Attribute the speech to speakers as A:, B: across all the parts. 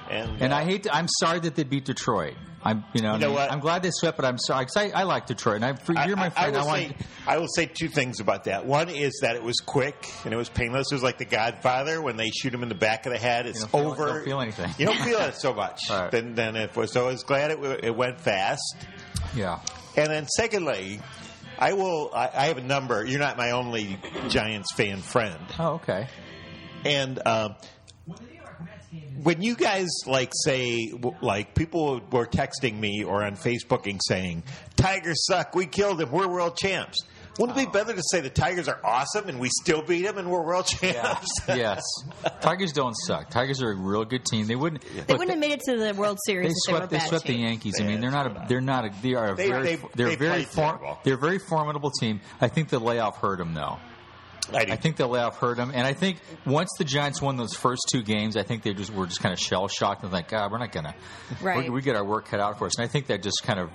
A: And,
B: And
A: uh,
B: I hate. To, I'm sorry that they beat Detroit. I'm, you know,
A: You know
B: I mean,
A: what?
B: I'm glad they swept, but I'm sorry 'cause I, I like Detroit. And I, for,
A: I-
B: you're
A: I-
B: my friend.
A: I,
B: I,
A: will
B: want.
A: say, I will say two things about that. One is that it was quick and it was painless. It was like The Godfather when they shoot him in the back of the head. It's
B: don't feel-
A: over.
B: don't feel anything.
A: You don't feel it so much.
B: All right.
A: Then, then it was. So I was glad it, w- it went fast.
B: yeah.
A: And then secondly, I will. I, I have a number. You're not my only Giants fan friend.
B: Oh, okay.
A: And um, when you guys like say w- like people were texting me or on Facebooking saying Tigers suck, we killed them, we're world champs. Wouldn't
B: Oh.
A: it be better to say the Tigers are awesome and we still beat them and we're world champs?
B: yes. Tigers don't suck. Tigers are a real good team. They wouldn't.
C: They
B: look,
C: wouldn't have made it to the World Series
B: They
C: if
B: swept.
C: they
B: They
C: were a bad
B: swept the
C: team.
B: Yankees. I mean, they're not. A, they're not. A, they are a
A: They-
B: very.
A: they-
B: they're
A: they
B: very.
A: played
B: form-
A: terrible.
B: they're a very formidable team. I think the layoff hurt them though.
A: I do.
B: I think the layoff hurt them, and I think once the Giants won those first two games, I think they just were just kind of shell shocked and like, God, we're not gonna,
C: Right.
B: We, we get our work cut out for us, and I think that just kind of,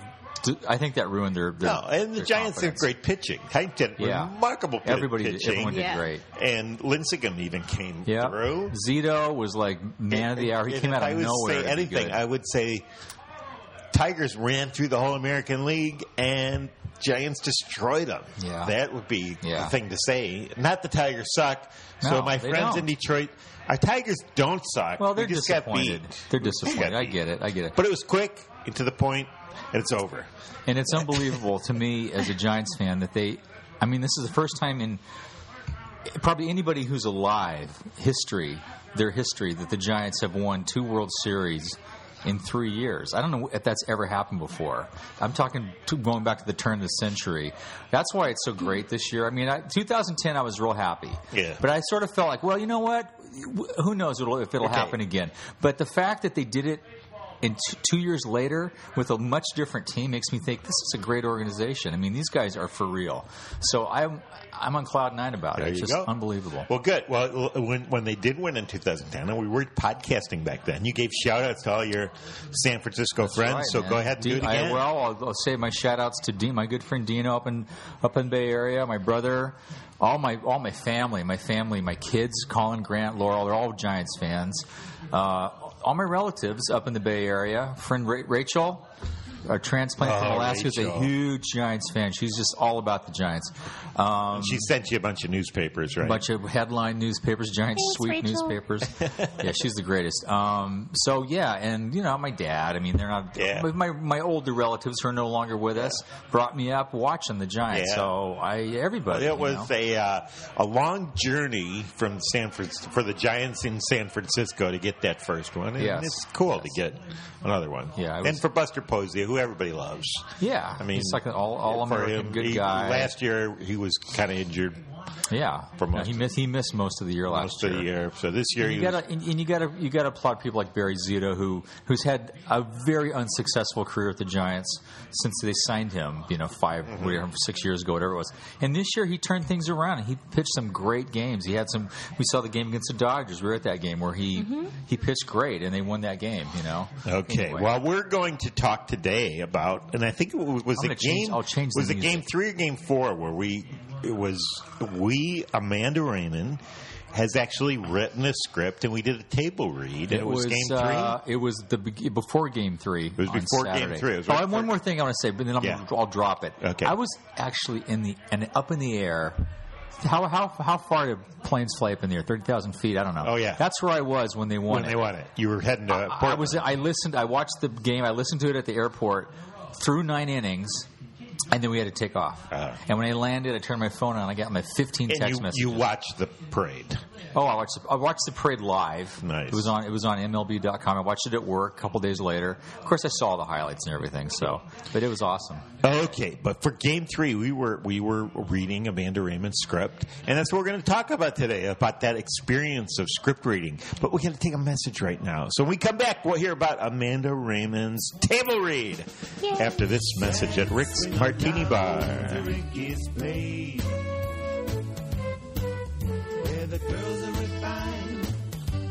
B: I think that ruined their. their
A: no, and the
B: their
A: Giants did
B: confidence.
A: great pitching. Hank did
B: Yeah.
A: remarkable pit-
B: Everybody, did,
A: pitching.
B: everyone did
C: Yeah.
B: great.
A: and Lincecum even came
B: Yeah,
A: through.
B: Zito was like man of the hour. He
A: And
B: came out
A: if I
B: of
A: would
B: nowhere.
A: Say
B: to be good.
A: anything? I would say Tigers ran through the whole American League and Giants destroyed them.
B: Yeah.
A: that would be
B: Yeah.
A: the thing to say. Not the Tigers suck. so
B: No,
A: my
B: they
A: friends
B: don't.
A: in Detroit, our Tigers don't suck.
B: well, they're
A: we just got
B: disappointed.
A: beat.
B: They're
A: We just got
B: disappointed. I
A: beat.
B: get it. I get it.
A: But it was quick and to the point, and it's over.
B: And it's unbelievable to me as a Giants fan that they, I mean, this is the first time in probably anybody who's alive, history, their history, that the Giants have won two World Series in three years. I don't know if that's ever happened before. I'm talking to going back to the turn of the century. That's why it's so great this year. I mean, I, 2010, I was real happy.
A: Yeah.
B: But I sort of felt like, well, you know what? Who knows what'll- if it'll
A: Okay.
B: happen again. But the fact that they did it and t- two years later with a much different team makes me think this is a great organization. I mean, these guys are for real. So I'm I'm on cloud nine about
A: There
B: it. It's
A: you
B: just
A: go.
B: unbelievable.
A: Well, good. Well, l- when, when they did win in 2010, and we were podcasting back then, you gave shout outs to all your San Francisco friends.
B: Right,
A: so
B: man.
A: go ahead and do, it
B: I-
A: again.
B: well, I'll, I'll say my shout outs to Dean, my good friend Dino up in up in Bay Area, my brother, all my all my family, my family, my kids, Colin, Grant, Laurel, they're all Giants fans. Uh, all my relatives up in the Bay Area, friend Ra- Rachel. Our transplant from
A: Oh,
B: Alaska is a
A: Rachel.
B: huge Giants fan. She's just all about the Giants. Um,
A: She sent you a bunch of newspapers, right?
B: bunch of headline newspapers, giant
C: Thanks,
B: sweep
C: Rachel.
B: newspapers. yeah, she's the greatest. Um, so yeah, and you know my dad. I mean, they're not.
A: Yeah.
B: but My my older relatives who are no longer with us brought me up watching the Giants.
A: Yeah.
B: So I everybody.
A: it
B: you
A: was
B: know.
A: a uh, a long journey from San Francisco for the Giants in San Francisco to get that first one. And
B: Yes.
A: it's cool to get another one.
B: Yeah, it
A: and
B: was-
A: for Buster Posey, who everybody loves.
B: yeah.
A: I mean,
B: it's like an all all
A: for
B: American
A: him,
B: good
A: he-
B: guy.
A: Last year he was kind of injured
B: yeah,
A: for
B: No,
A: most
B: he
A: of-
B: missed he missed most of the year last
A: most of the year, so this year
B: You
A: he was
B: gotta, and, and you gotta, you gotta applaud people like Barry Zito, who who's had a very unsuccessful career with the Giants since they signed him, you know, 5 whatever, six years ago, whatever it was. And this year, he turned things around. He pitched some great games. He had some. We saw the game against the Dodgers. We were at that game where he he pitched great, and they won that game. You know.
A: Okay,
B: Anyway.
A: well, we're going to talk today about, and I think it was was
B: I'm
A: a
B: gonna change-
A: game.
B: I'll change the
A: was it
B: music.
A: game three or game four where we it was we Amanda Raymond has actually written a script and we did a table read. and it was, game three.
B: uh, it was the beg- before game three. It
A: was before game three. It was
B: oh,
A: right
B: I have
A: before-
B: one more thing I want to say, but then I'm,
A: Yeah.
B: I'll drop it.
A: Okay.
B: I was actually in the and up in the air. How how how far do planes fly up in the air? Thirty thousand feet. I don't know.
A: Oh, yeah.
B: that's where I was when they won.
A: when
B: it.
A: they won it, you were heading to
B: I
A: Portland.
B: was. I listened. I watched the game. I listened to it at the airport through nine innings, and then we had to take off.
A: Uh-huh.
B: And when I landed, I turned my phone on. I got my 15
A: And
B: text
A: you,
B: messages.
A: you watched the parade.
B: Oh, I watched the, I watched the parade live.
A: Nice.
B: It was on it was on MLB.com. I watched it at work a couple days later. Of course, I saw the highlights and everything. So, but it was awesome.
A: Okay, but for game three, we were we were reading Amanda Raymond's script, and that's what we're going to talk about today about that experience of script reading. But we're going to take a message right now. So when we come back, we'll hear about Amanda Raymond's table read after this message at Rick's Martini Bar.
D: Ricky's played. Where the girls are refined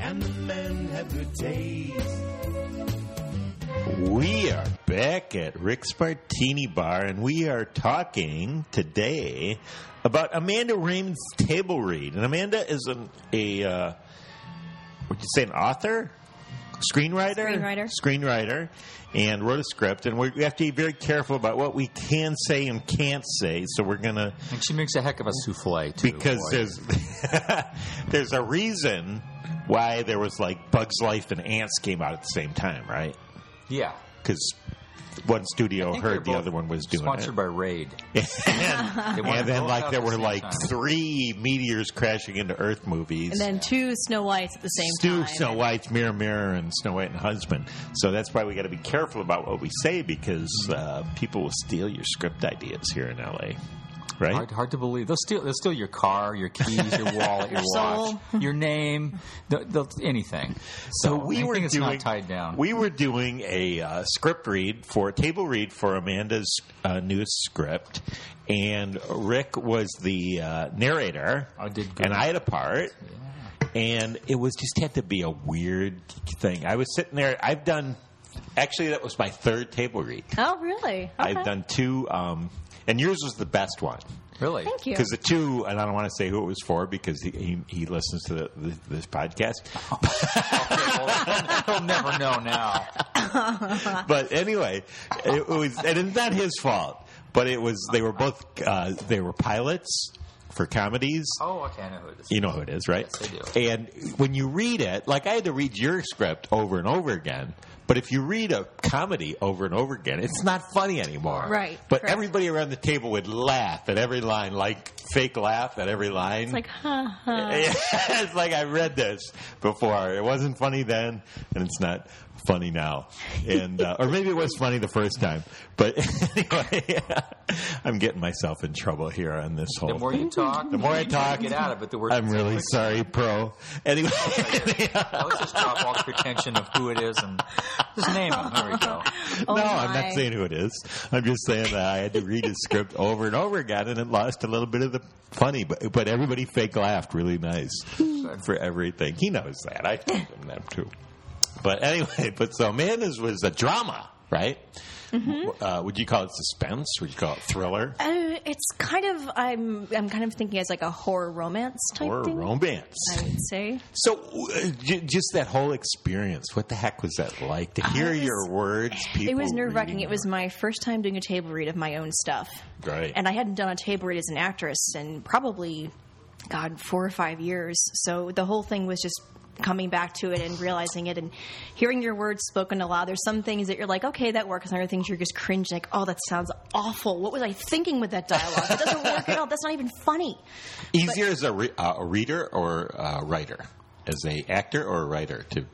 D: and the men have good taste.
A: We are back at Rick's Martini Bar, and we are talking today about Amanda Raymond's table read. And Amanda is an, a, uh, would you say, an author? Screenwriter?
C: Screenwriter.
A: Screenwriter, and wrote a script. And we we have to be very careful about what we can say and can't say, so we're going to
B: And she makes a heck of a souffle too.
A: because
B: boy.
A: there's there's a reason why there was like Bugs Life and Ants came out at the same time, right?
B: yeah.
A: Because one studio
B: I think
A: heard
B: they're
A: the
B: both
A: other one was doing
B: sponsored
A: it,
B: by Raid.
A: and,
B: wanted
A: and then
B: both
A: like
B: out
A: there
B: at
A: were
B: the same
A: like
B: time.
A: three meteors crashing into Earth movies.
C: And then two Snow Whites at the same
A: Stu,
C: time.
A: Snow White's Mirror, Mirror, and Snow White and Husband. So that's why we got to be careful about what we say because uh, people will steal your script ideas here in LA, right?
B: Hard, hard to believe. They'll steal, they'll steal your car, your keys, your wallet, your watch,
C: soul.
B: your name, they'll, they'll, anything.
A: So we were
B: anything
A: doing
B: that's not tied down.
A: We were doing a uh, script read for a table read for Amanda's uh, newest script, and Rick was the uh, narrator.
B: I did good.
A: and I had a part. And it was just had to be a weird thing. I was sitting there. I've done actually that was my third table read.
C: Oh, really? Okay.
A: I've done two, um, and yours was the best one
B: really.
C: Thank you.
A: because the two, and I don't want to say who it was for because he he, he listens to the, the, this podcast.
B: He'll never know now.
A: but anyway, it was, and it's not his fault. But it was they were both uh, they were pilots for comedies.
B: Oh, okay, I know who it is.
A: You know who it is, right?
B: Yes, I
A: do. And when you read it, like I had to read your script over and over again. But if you read a comedy over and over again, it's not funny anymore.
C: Right,
A: But
C: correct.
A: everybody around the table would laugh at every line, like fake laugh at every line.
C: It's like, huh, huh.
A: it's like I read this before. It wasn't funny then, and it's not funny now. And uh, or maybe it was funny the first time. But anyway, I'm getting myself in trouble here on this whole.
B: The more you talk,
A: the more I
B: you
A: talk,
B: get out of it. The worse.
A: I'm
B: it's
A: really sorry, pro. Anyway,
B: Now Let's just drop all the pretension of who it is and just name him. There we go.
C: Oh,
A: no, I'm
C: my.
A: not saying who it is. I'm just saying that I had to read his script over and over again, and it lost a little bit of the funny. But but everybody fake laughed really nice
C: Hmm.
A: for everything. He knows that. I told him that too. But anyway, but so Amanda's was a drama, right?
C: Mm-hmm.
A: Uh, would you call it suspense? Would you call it thriller?
C: Uh, it's kind of I'm I'm kind of thinking as like a horror romance type
A: Or
C: thing.
A: romance.
C: I would say.
A: So, uh, j- just that whole experience. What the heck was that like to hear
C: was-
A: your words? People
C: it was nerve wracking.
A: reading
C: It was my first time doing a table read of my own stuff.
A: Right.
C: And I hadn't done a table read as an actress in probably, God, four or five years. So the whole thing was just coming back to it and realizing it and hearing your words spoken aloud. There's some things that you're like, okay, that works. And other things you're just cringe, like, oh, that sounds awful. What was I thinking with that dialogue? It doesn't work at all. That's not even funny.
A: easier as a, re- uh, a reader or a writer, as a actor or a writer to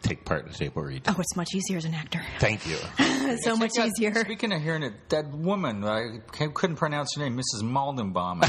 A: take part in a table read.
C: Oh, it's much easier as an actor.
A: Thank you.
C: It's so much
B: God,
C: easier.
B: Speaking of hearing it, that woman, I c- couldn't pronounce her name, Mrs. Maldenbaum.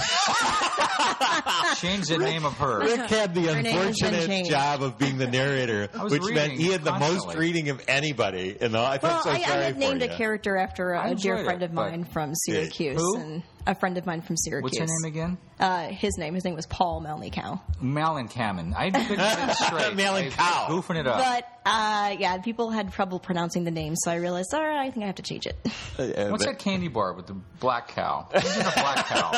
B: Change the name of her.
A: Rick had the
C: name has been
A: unfortunate
C: changed.
A: job of being the narrator,
B: was
A: which meant
B: reading
A: he had the most
B: constantly.
A: reading of anybody. And I felt
C: Well,
A: so
C: I, I
A: sorry
C: had
A: for
C: named
A: you.
C: a character after
B: I
C: a
B: enjoyed
C: dear friend
B: it,
C: of
B: but-
C: mine from Syracuse,
B: Who?
C: and a friend of mine from Syracuse.
B: What's her name again?
C: Uh, his name, his name was Paul Melnicow.
B: Malencamen. I didn't get it straight.
A: Malenkau.
B: I was Goofing it up.
C: But uh, yeah, people had trouble pronouncing the name, so I realized, all right, I think I have to change it.
A: Uh, uh,
B: What's that candy bar with the black cow? Who's in a black cow?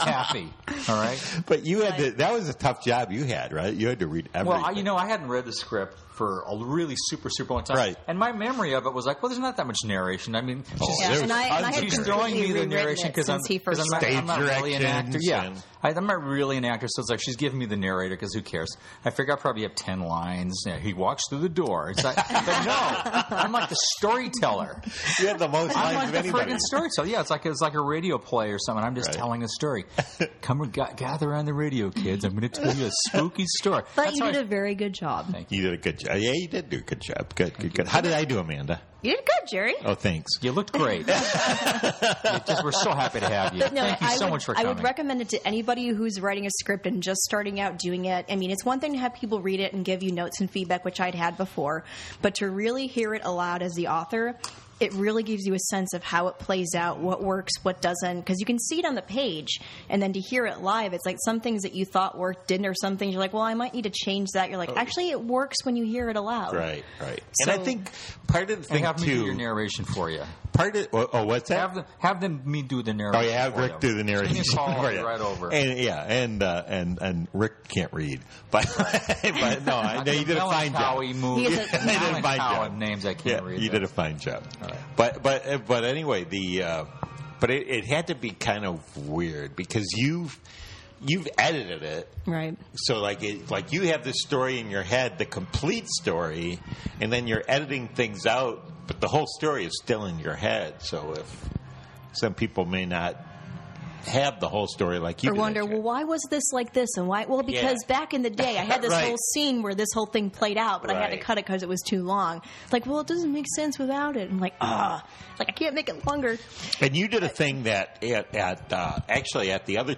B: Kathy. All right.
A: But you had to, that was a tough job you had, right? You had to read everything.
B: Well, I, you know, I hadn't read the script for a really super, super long time.
A: Right. Oh,
B: And my memory of it was like, well, there's not that much narration. I mean, she's,
A: Yeah, There was
C: and I, and I
A: tons
C: had
A: of
B: she's
A: narration.
B: throwing me
C: completely
B: the
C: rewritten
B: narration
C: it
B: because I'm,
C: since he
B: 'cause
C: first
B: I'm not,
A: Stage
B: I'm not really an actor.
A: directions
B: Yeah.
A: and-
B: I, I'm not really an actor, so it's like she's giving me the narrator because who cares? I figure I probably have ten lines. You know, he walks through the door. It's like, but no, I'm like the storyteller.
A: You have the most
B: I'm
A: lines
B: like
A: of
B: the
A: anybody.
B: friggin' storyteller. Yeah, it's like it's like a radio play or something. I'm just
A: Right.
B: telling a story. Come and ga- gather around the radio, kids. I'm going to tell you a spooky story.
C: But
B: That's
C: you
B: how
C: did
B: I-
C: a very good job.
B: Thank
A: You did a good job. Yeah, you did do a good job. Good, good, good. How did I do, Amanda?
C: You did good, Jerry.
A: Oh, thanks.
B: You looked great. It just- we're so happy to have you.
C: But no,
B: Thank you
C: I
B: so
C: would,
B: much for
C: I
B: coming.
C: would recommend it to anybody who's writing a script and just starting out doing it. I mean, it's one thing to have people read it and give you notes and feedback, which I'd had before, but to really hear it aloud as the author, it really gives you a sense of how it plays out, what works, what doesn't, because you can see it on the page, and then to hear it live, it's like some things that you thought worked didn't, or some things you're like, well, I might need to change that. You're
B: Oh.
C: like, actually, it works when you hear it aloud.
A: Right, right. and
C: So-
A: I think part of the
B: And
A: thing
B: have me do your
A: too.
B: narration for you.
A: Part of oh, oh, what's that?
B: Have them, have them me do the
A: Oh
B: narration.
A: yeah, have
B: for
A: Rick
B: you.
A: do the narration.
B: Give me a call, I'll
A: for
B: be
A: you.
B: right over.
A: And yeah, and uh, and and Rick can't read, but but no, I,
B: I
A: no, you
B: can
A: did a
B: tell
A: fine
B: it's how
A: job.
B: He moved.
C: He is a-
A: I
B: Now
A: did a
B: I
A: fine
B: know
A: job.
B: Names I can't
A: Yeah,
B: read.
A: you did a fine job. But but but anyway, the uh, but it, it had to be kind of weird because you've you've edited it
C: Right.
A: so like it, like you have this story in your head, the complete story, and then you're editing things out, but the whole story is still in your head. So if some people may not have the whole story, like you
C: or
A: do,
C: wonder,
A: that's
C: well,
A: good.
C: why was this like this and why? Well, because
A: Yeah.
C: back in the day, I had this
A: Right.
C: whole scene where this whole thing played out, but I had to
A: Right.
C: cut it because it was too long. It's like, well, it doesn't make sense without it. I'm like, ah, like I can't make it longer.
A: and you did a thing that at, at uh, actually at the other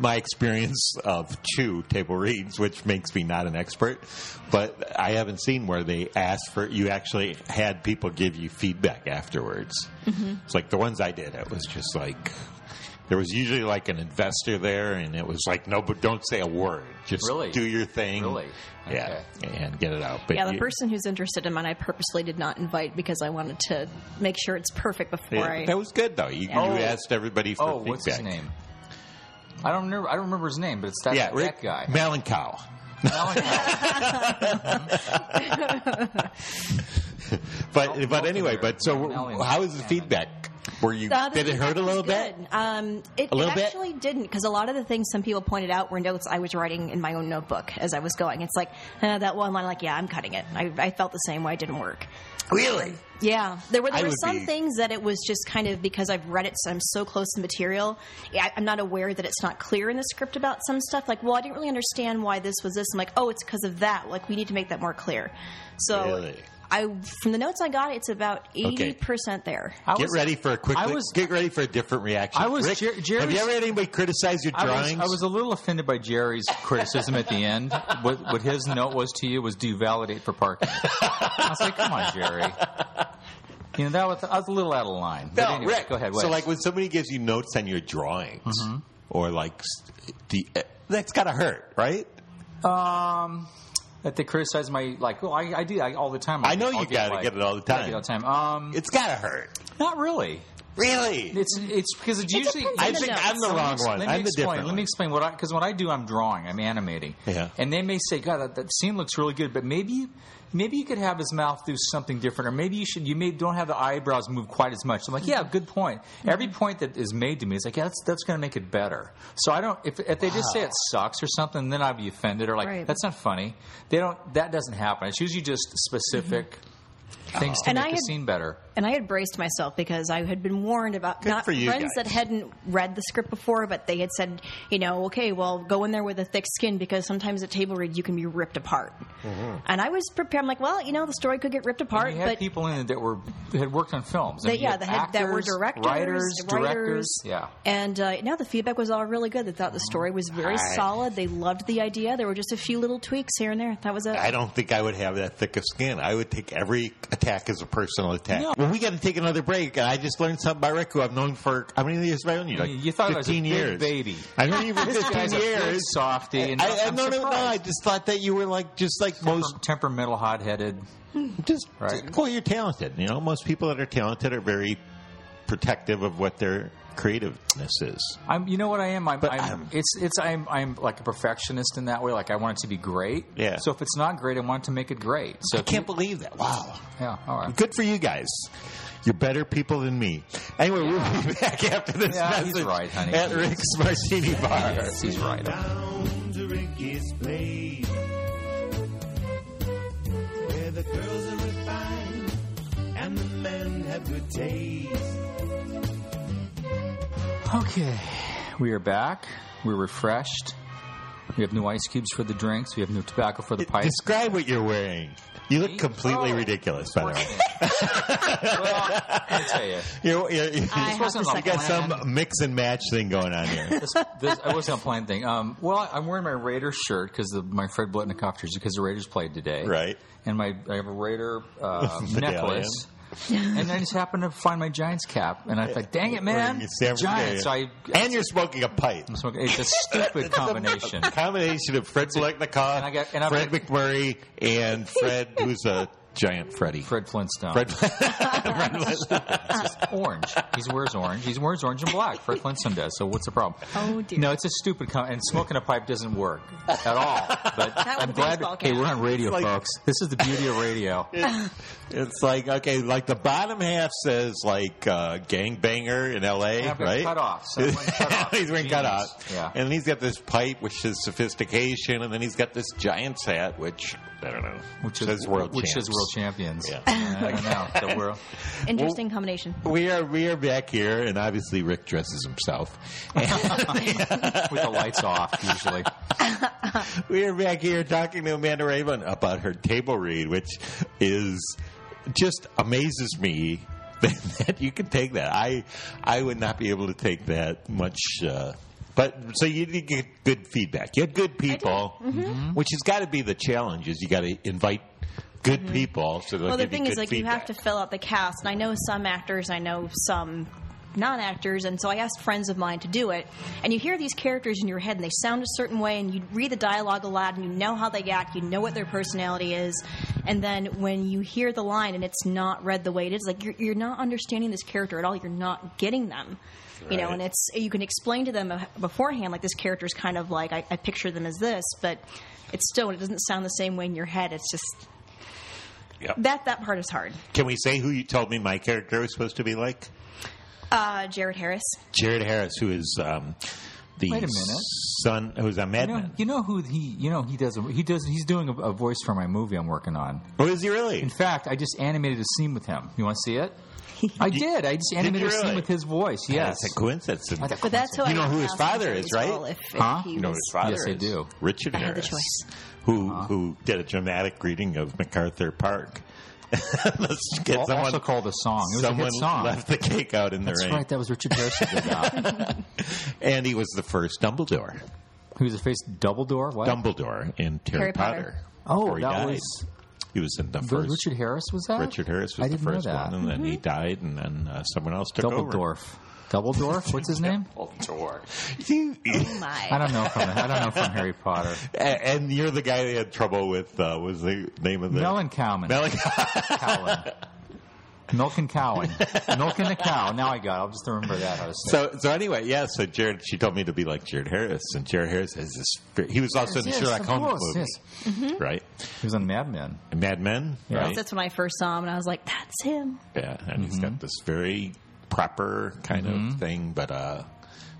A: my experience of two table reads, which makes me not an expert, but I haven't seen where they asked for you actually had people give you feedback afterwards.
C: Mm-hmm.
A: It's like the ones I did. It was just like there was usually like an investor there, and it was like no, but don't say a word. Just
B: Really?
A: do your thing.
B: Really?
A: Yeah, and get it out. But
C: Yeah, the
A: you-
C: person who's interested in mine, I purposely did not invite because I wanted to make sure it's perfect before
A: yeah,
C: I.
A: that was good though. You,
B: Oh.
A: you asked everybody for
B: Oh,
A: feedback.
B: what's his name? I don't remember. I don't remember his name, but it's that,
A: Yeah,
B: that
A: Rick
B: guy.
A: Malenkow.
B: Now I know.
A: But
B: I'll-
A: but
B: I'll
A: anyway,
B: figure
A: but so
B: it out.
A: w- how was the feedback? Were you
C: The other
A: did it
C: feedback
A: hurt a
C: was
A: little bit?
C: good. Um, it,
A: A little
C: it
A: bit?
C: actually didn't because a lot of the things some people pointed out were notes I was writing in my own notebook as I was going. It's like uh, that one line, like, yeah, I'm cutting it. I, I felt the same way. It didn't work.
A: Really?
C: Yeah, there were
A: I
C: there were
A: would
C: some
A: be-
C: things that it was just kind of because I've read it, so I'm so close to the material. Yeah, I- I'm not aware that it's not clear in the script about some stuff. Like, well, I didn't really understand why this was this. I'm like, oh, it's because of that. Like, we need to make that more clear. So,
A: Really?
C: I from the notes I got, it's about
A: Okay.
C: eighty percent there.
B: I
A: Get
B: was-
A: ready for a quick.
B: I was-
A: get ready for a different reaction.
B: I was-
A: Rick,
B: Jer- Jerry's-
A: have you ever had anybody criticize your
B: I was,
A: drawings?
B: I was a little offended by Jerry's criticism at the end. What, what his note was to you was, "Do you validate for parking?" I was like, "Come on, Jerry." You know that was I was a little out of line. But
A: no,
B: anyway,
A: Rick.
B: go ahead.
A: So
B: Wes.
A: like when somebody gives you notes on your drawings, or like s- the eh, that's gotta hurt, right?
B: Um, that they criticize my like. Well, I, I do I, all the time.
A: I know
B: I'll
A: you gotta get it all the
B: I
A: time.
B: Get it all the time. Um,
A: It's gotta hurt.
B: not really.
A: Really?
B: It's it's because it's usually.
C: depends
A: I
C: No, no,
A: think
C: no.
A: I'm the
B: Let me
A: wrong
B: ex-
A: one.
B: Let me
A: I'm the
B: explain.
A: different.
B: Let me explain what I because what I do, I'm drawing, I'm animating,
A: Yeah.
B: and they may say, "God, that, that scene looks really good," but maybe maybe you could have his mouth do something different, or maybe you should you may don't have the eyebrows move quite as much. I'm like, "Yeah, good point."
A: Mm-hmm.
B: Every point that is made to me is like, "Yeah, that's that's going to make it better." So I don't if, if they just say it sucks or something, then I'd be offended or like,
C: Right.
B: "That's not funny." They don't. That doesn't happen. It's usually just specific.
A: Mm-hmm.
B: Things to
C: And
B: make
C: I
B: the
C: had-
B: scene better.
C: And I had braced myself because I had been warned about not
A: for you
C: friends
A: guys.
C: that hadn't read the script before, but they had said, you know, okay, well, go in there with a thick skin because sometimes at table read you can be ripped apart.
A: Mm-hmm.
C: And I was prepared. I'm like, well, you know, the story could get ripped apart,
B: You had
C: but
B: people in it that were that had worked on films. I
C: That-
B: mean, you
C: yeah,
B: had
C: that had- that were
B: actors,
C: directors,
B: writers, directors.
C: writers.
B: Yeah,
C: And uh, no, the feedback was all really good. They thought the story was very solid. They loved the idea. There were just a few little tweaks here and there. That was it.
A: I don't think I would have that thick of skin. I would take every attack as a personal attack. Well, we got to take another break. And I just learned something by Rick, who I've known for how many years have I known you? Like
B: You thought I was a
A: 15
B: big
A: years.
B: baby.
A: I've known you for
B: this
A: 15
B: guy's a big
A: years.
B: softy. And
A: I, I,
B: am
A: no, no, no. I just thought that you were like just like most.
B: temperamental, hot-headed.
A: Just
B: Right.
A: well, you're talented. You know, most people that are talented are very protective of what their creativeness is.
B: I'm, you know what I am. I'm,
A: But um,
B: I'm,
A: I'm-
B: it's, it's. I'm, I'm like a perfectionist in that way. Like I want it to be great.
A: Yeah.
B: So if it's not great, I want to make it great. So
A: I can't believe that. Wow.
B: yeah. All right.
A: Good for you guys. You're better people than me. Anyway, we'll be back after this
B: Yeah, he's
A: message
B: right, honey.
A: at Rick's Martini Bar.
B: Yes, he's right.
D: down to Ricky's place where the girls are refined and the men have good taste.
B: Okay, we are back. We're refreshed. We have new ice cubes for the drinks. We have new tobacco for the pipes.
A: Describe what you're wearing. You look completely
B: Oh.
A: ridiculous, by the way.
B: well, I tell you,
A: You, you, you,
C: I have
B: wasn't
C: to
B: a
A: you
C: second
A: got
C: that.
A: some mix and match thing going on here.
B: this, this, I wasn't playing thing. Um, well, I'm wearing my Raider shirt because my Fred Blutnikoff jersey because the Raiders played today,
A: right.
B: And my I have a Raider uh,
A: Medallion.
B: necklace. and I just happened to find my Giants cap, and I thought, "Dang it, man,
A: Wearing San
B: Giants!" So I,
A: Francisco. and you're smoking a pipe.
B: I'm smoking. It's a stupid combination.
A: Combination of Fred Blechnikov,
B: And I got- and I'm
A: Fred
B: like-
A: McMurray, and Fred, who's a giant Freddy.
B: Fred Flintstone.
A: Fred,
B: orange. He wears orange. He wears orange and black. Fred Flintstone does. So what's the problem?
C: Oh, dear.
B: No, it's a stupid com- and smoking a pipe doesn't work at all. But
C: was
B: I'm
C: a
B: glad.
C: baseball
B: Hey,
C: cap.
B: we're on radio,
A: like-
B: folks. This is the beauty of radio.
A: it's like okay, like the bottom half says like uh, gangbanger in L.A.
B: Yeah, but
A: right?
B: cut off. So I'm wearing cut off.
A: he's wearing cut
B: Jeans.
A: off.
B: Yeah.
A: And he's got this pipe, which is sophistication, and then he's got this Giants hat, which I don't know,
B: which
A: says
B: is
A: world,
B: which
A: champs.
B: is world champions.
A: Yeah.
B: I don't know. The world.
C: Interesting combination.
A: We are we are back here, and obviously Rick dresses himself.
B: with the lights off usually.
A: We are back here talking to Amanda Raven about her table read, which is just amazes me that you can take that. I I would not be able to take that much. Uh, but so you did get good feedback. You had good people,
C: Mm-hmm.
B: Mm-hmm.
A: which has got to be the challenge. Is you got to invite good people. So they'll
C: Mm-hmm. Well, the
A: give you
C: thing is,
A: good
C: like, you
A: feedback.
C: have to fill out the cast, and I know some actors, I know some non-actors, and so I asked friends of mine to do it. And you hear these characters in your head, and they sound a certain way, and you read the dialogue aloud, and you know how they act, you know what their personality is, and then when you hear the line and it's not read the way it is, like you're, you're not understanding this character at all. You're not getting them. You know,
A: Right.
C: and it's you can explain to them uh, beforehand, like this character is kind of like I, I picture them as this, but it's still it doesn't sound the same way in your head. It's just
A: Yep.
C: that that part is hard.
A: Can we say who you told me my character was supposed to be like?
C: Uh, Jared Harris.
A: Jared Harris, who is um, the
B: Wait a minute.
A: son who's a
B: You know,
A: madman.
B: you know who he? You know he does. a- He does. He's doing a, a voice for my movie I'm working on.
A: Oh, is he really?
B: In fact, I just animated a scene with him. You want to see it? I did. I just animated a
A: really?
B: scene with his voice. Yes.
A: That's a coincidence.
B: I thought,
C: But that's who
A: You
C: I
A: know
C: would
A: who his
C: ask
A: father is,
C: if he was
A: right?
C: all, If, if
B: Huh?
C: he
A: You know
C: was-
A: his father
B: Yes, I
A: is
B: do.
A: Richard
C: I had the
A: Harris,
C: choice.
A: who
B: Uh-huh.
A: who did a dramatic reading of MacArthur Park. Let's get
B: al-
A: someone.
B: also called a song. It was a
A: someone
B: hit song.
A: left the cake out in the
B: that's
A: rain,
B: right. That was Richard Harris. who did that.
A: and he was the first Dumbledore.
B: He was a face Dumbledore. What?
A: Dumbledore in Harry,
C: Harry
A: Potter.
C: Potter.
B: Oh,
A: before he
B: that
A: died.
B: was-
A: He was in the
B: Who-
A: first.
B: Richard Harris was that?
A: Richard Harris was
B: I
A: the
B: didn't know
A: first
B: that. Mm-hmm.
A: one, and then he died, and then uh, someone else took over.
B: Dumbledore. Dumbledore. What's his name?
A: Dumbledore.
C: Oh my.
B: I don't know from I don't know from Harry Potter.
A: A- and you're the guy they had trouble with. Uh, was the name of the
B: Melon Cowman.
A: Melon-
B: Cowan. Milking Cowan. Milking the cow. Now I got. it. I'll just remember that. I was saying.
A: So so anyway, yeah. So Jared, she told me to be like Jared Harris, and Jared Harris has this. He was also in the
B: Yes,
A: Sherlock
B: of
A: Holmes
B: course,
A: movie, right?
B: he was on Mad Men.
A: And Mad Men,
B: Yeah.
A: right?
C: That's when I first saw him, and I was like, "That's him."
A: yeah, and he's
B: Mm-hmm.
A: got this very proper kind of thing, but uh,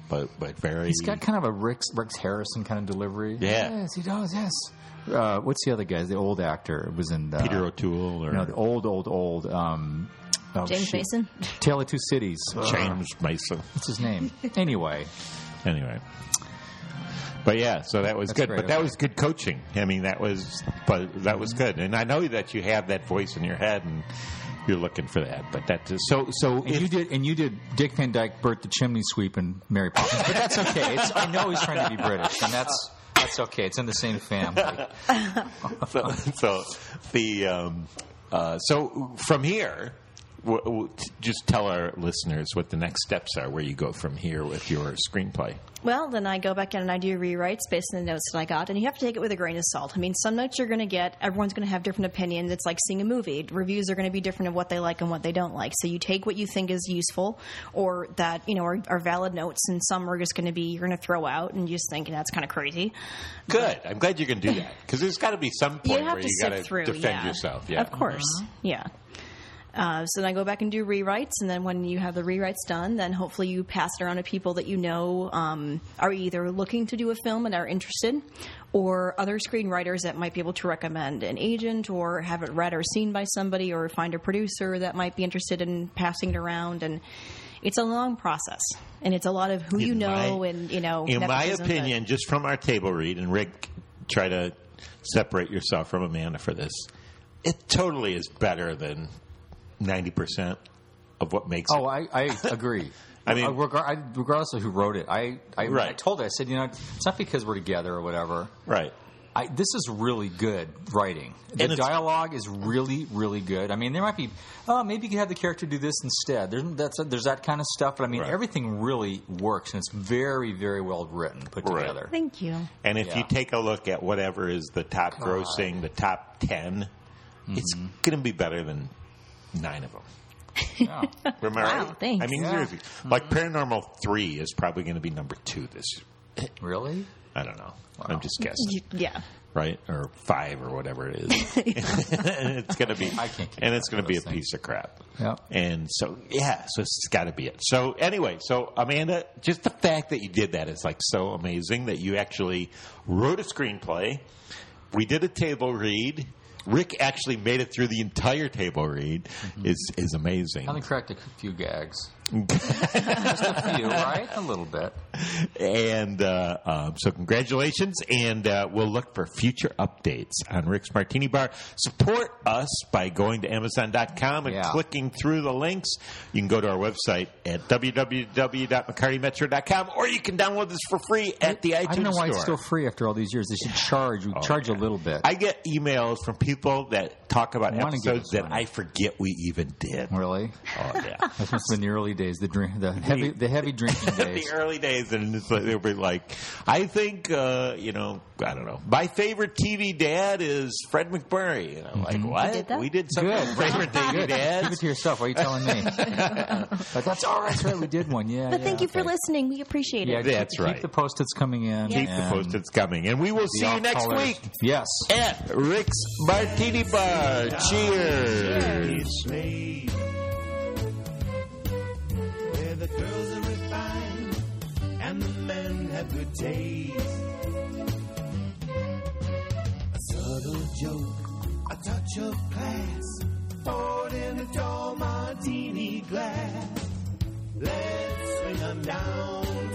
A: but but very.
B: He's got kind of a Rick Rex Harrison kind of delivery.
A: Yeah.
B: Yes, he does. Yes. Uh, what's the other guy? The old actor was in the,
A: Peter O'Toole or
B: No, the old, old, old. Um, oh,
C: James
B: shoot.
C: Mason.
B: Tale of Two Cities. Um,
A: James Mason.
B: What's his name? Anyway,
A: Anyway. But yeah, so that was
B: That's
A: good.
B: great,
A: but that
B: okay. Mm-hmm.
A: was good coaching. I mean, that was, but that was good. And I know that you have that voice in your head, and you're looking for that. But that's so. So
B: and
A: if-
B: you did, and you did Dick Van Dyke, Bert the Chimney Sweep, and Mary Poppins. But that's okay. It's, I know he's trying to be British, and that's that's okay. It's in the same family.
C: Oh.
A: so, so the um, uh, so from here w- w- t- just tell our listeners what the next steps are, where you go from here with your screenplay.
C: Well, then I go back in and I do rewrites based on the notes that I got, and you have to take it with a grain of salt. I mean, some notes you're going to get, everyone's going to have different opinions. It's like seeing a movie. Reviews are going to be different of what they like and what they don't like. So you take what you think is useful or that, you know, are, are valid notes, and some are just going to be, you're going to throw out and you just think that's kind of crazy.
A: Good. I'm glad you can do that because there's got to be some
C: You
A: point
C: have
A: where
C: to
A: you got
C: sift
A: to
C: through.
A: defend
C: yeah.
A: yourself. Yeah,
C: Of course. Yeah. Uh, so then I go back and do rewrites, and then when you have the rewrites done, then hopefully you pass it around to people that you know um, are either looking to do a film and are interested, or other screenwriters that might be able to recommend an agent, or have it read or seen by somebody, or find a producer that might be interested in passing it around. And it's a long process, and it's a lot of who you
A: In my-
C: know, and you know.
A: Mm-hmm. In my
C: nepotism, but-
A: opinion, just from our table read, and Rick, try to separate yourself from Amanda for this. It totally is better than ninety percent of what makes
B: Oh, I, I agree.
A: I mean-
B: Uh, regar- I, regardless of who wrote it, I I, I
A: Right.
B: told her I said, you know, it's not because we're together or whatever.
A: it right.
B: I, this is really good writing.
A: And
B: The
A: it's-
B: dialogue is really, really good. I mean, there might be, oh, maybe you could have the character do this instead. There's, that's, there's that kind of stuff, but I mean,
A: Right.
B: everything really works, and it's very, very well written, put
A: Right.
B: together.
C: Thank you.
A: And if
B: Yeah.
A: you take a look at whatever is the top grossing, the top 10 it's
B: Mm-hmm.
A: going to be better than nine of them.
B: Yeah.
A: Remember?
C: Wow, thanks.
A: I mean,
B: Yeah. Mm-hmm.
A: seriously, like Paranormal Three is probably going to be number two this. year.
B: really?
A: I don't know. I'm just guessing
C: You- Yeah.
A: right? Or five or whatever it is. and it's gonna be
B: I can't keep
A: and it's gonna
B: track of
A: be a
B: those things.
A: piece of crap.
B: Yep.
A: And so yeah, so it's gotta be it. So anyway, so Amanda, just the fact that you did that is like so amazing that you actually wrote a screenplay. We did a table read. Rick actually made it through the entire table read is is amazing.
B: I only cracked a few gags. Just a few, right? A little bit.
A: And uh, um, so, congratulations, and uh, we'll look for future updates on Rick's Martini Bar. Support us by going to Amazon.com and
B: Yeah.
A: clicking through the links. You can go to our website at www.mccartymetro.com, or you can download this for free at the iTunes
B: I don't know why
A: store.
B: it's still free after all these years. They should charge. We charge a little bit.
A: I get emails from people that talk about
B: I wanna give
A: episodes
B: us
A: that
B: money.
A: I forget we even did. Oh,
B: really?
A: yeah.
B: That's from the early days, the drink, the heavy, the heavy drinking days.
A: the early days, and it's like, they'll be like, I think, uh, you know, I don't know. My favorite TV dad is Fred McMurray. And I'm like,
B: Mm-hmm.
A: what?
C: did that?
A: We did something.
B: Good.
A: with Favorite TV
B: Good. Keep
A: dads.
B: it to yourself. Why are you telling me? But that's all right. That's right. We did one. Yeah.
C: But thank
B: yeah,
C: you for
B: okay.
C: listening. We appreciate it.
B: Yeah,
A: That's
B: keep,
A: right.
B: Keep the post-its coming in.
A: Keep the
B: and
A: post it's coming, and we will
B: the
A: see you next
B: off-colors.
A: week
B: Yes.
A: at Rick's Martini Bar. Cheers.
D: slave Where the girls are refined and the men have good taste. A subtle joke, a touch of class, poured in a tall martini glass. Let's swing 'em down